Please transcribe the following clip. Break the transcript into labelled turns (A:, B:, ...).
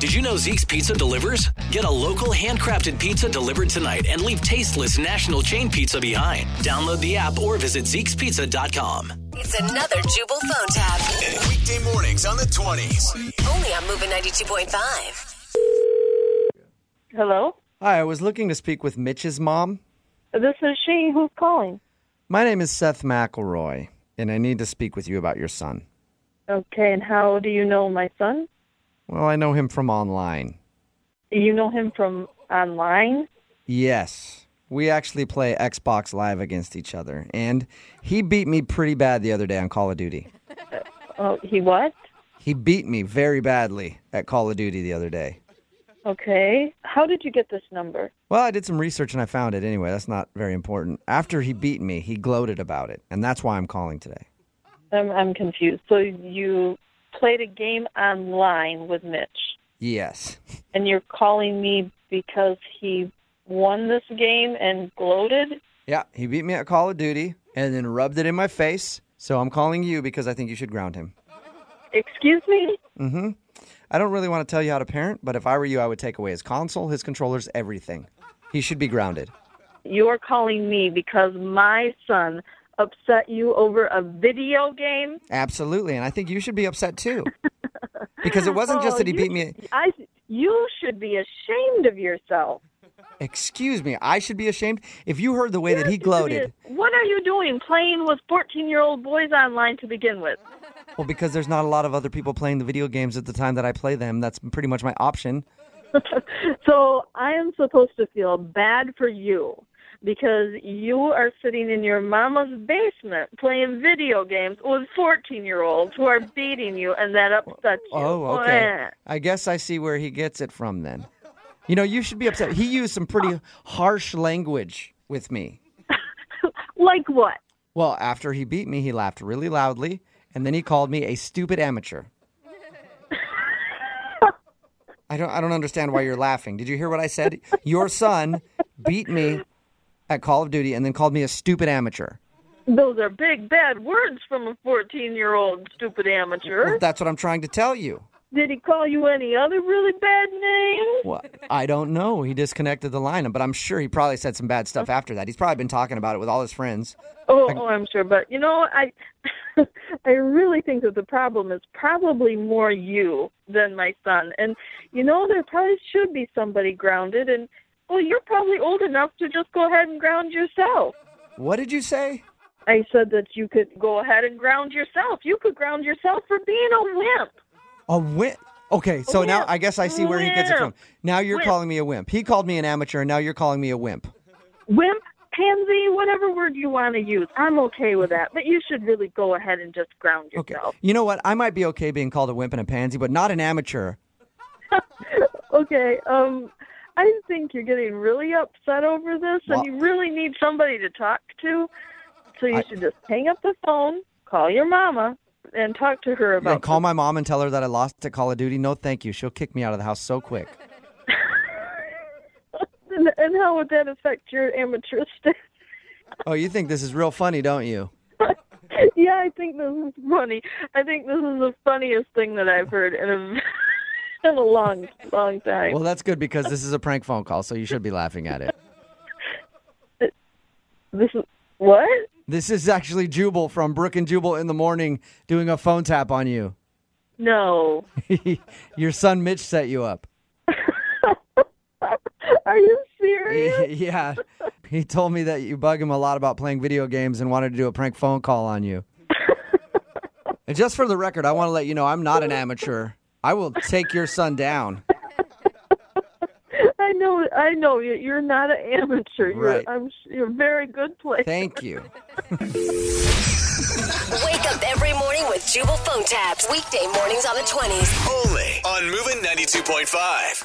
A: Did you know Zeke's Pizza delivers? Get a local handcrafted pizza delivered tonight and leave tasteless national chain pizza behind. Download the app or visit Zeke'sPizza.com.
B: It's another Jubal phone tab.
C: Weekday mornings on the 20s.
B: Only on Moving 92.5.
D: Hello,
E: Hi, I was looking to speak with Mitch's mom.
D: this is she. Who's calling?
E: My name is Seth McElroy, and I need to speak with you about your son.
D: Okay, and how do you know my son?
E: Well, I know him from online.
D: You know him from online?
E: Yes, we actually play Xbox Live against each other, and he beat me pretty bad the other day on Call of Duty.
D: Oh, he what?
E: He beat me very badly at Call of Duty the other day.
D: Okay. How did you get this number?
E: Well, I did some research and I found it anyway. That's not very important. After he beat me, he gloated about it, and that's why I'm calling today.
D: I'm, I'm confused. So you played a game online with Mitch,
E: Yes.
D: and you're calling me because he won this game and gloated?
E: Yeah, he beat me at Call of Duty and then rubbed it in my face. So I'm calling you because I think you should ground him.
D: Excuse me?
E: I don't really want to tell you how to parent, but if I were you, I would take away his console, his controllers, everything. He should be grounded.
D: You're calling me because my son upset you over a video game?
E: Absolutely. And I think you should be upset too. Because it wasn't just
D: Oh,
E: that he
D: you
E: beat me.
D: should- I, you should be ashamed of yourself.
E: Excuse me. I should be ashamed. If you heard the way that he gloated,
D: What are you doing playing with 14 year old boys online to begin with?
E: well, because there's not a lot of other people playing the video games at the time that I play them, that's pretty much my option.
D: So I am supposed to feel bad for you because you are sitting in your mama's basement playing video games with 14 year olds who are beating you and that upsets you. eh.
E: Oh, okay. I guess I see where he gets it from then. You know, you should be upset. He used some pretty harsh language with me.
D: Like what?
E: Well, after he beat me, he laughed really loudly, and then he called me a stupid amateur. I don't I don't understand why you're laughing. Did you hear what I said? Your son beat me at Call of Duty and then called me a stupid amateur.
D: Those are big, bad words from a 14 year old stupid amateur.
E: Well, that's what I'm trying to tell you.
D: Did he call you any other really bad names?
E: Well, I don't know. He disconnected the line, but I'm sure he probably said some bad stuff after that. He's probably been talking about it with all his friends.
D: Oh, oh, I'm sure, but you know, I, I really think that the problem is probably more you than my son, and you know, there probably should be somebody grounded, and well, you're probably old enough to just go ahead and ground yourself.
E: What did you say?
D: I said that you could go ahead and ground yourself. You could ground yourself for being a wimp.
E: A wimp. Okay, so now I guess I see where he gets it from.
D: Wimp.
E: Now you're
D: Wimp.
E: calling me a wimp. He called me an amateur, and now you're calling me a wimp.
D: Wimp, pansy, whatever word you want to use. I'm okay with that, but you should really go ahead and just ground
E: Okay.
D: yourself.
E: You know what? I might be okay being called a wimp and a pansy, but not an amateur.
D: Okay, um, I think you're getting really upset over this, and
E: Well-
D: you really need somebody to talk to. So you
E: I-
D: should just hang up the phone, call your mama, and talk to her
E: You're gonna
D: about.
E: call my mom and tell her that I lost at Call of Duty. No, thank you. She'll kick me out of the house so quick.
D: this. and, and how would that affect your amateur status?
E: Oh, you think this is real funny, don't you?
D: yeah, I think this is funny. I think this is the funniest thing that I've heard in a in a long, long time.
E: Well, that's good because this is a prank phone call, so you should be laughing at it.
D: this is what?
E: This is actually Jubal from Brook and Jubal in the morning doing a phone tap on you.
D: No.
E: Your son Mitch set you up.
D: Are you serious?
E: yeah. He told me that you bug him a lot about playing video games and wanted to do a prank phone call on you. and just for the record, I want to let you know I'm not an amateur. I will take your son down.
D: I know, I know. you- You're not an amateur. You're,
E: Right.
D: I'm, s- you're a very good player.
E: Thank you.
B: Wake up every morning with Jubal phone tabs. Weekday mornings on the 20s.
C: Only on Moving 92.5.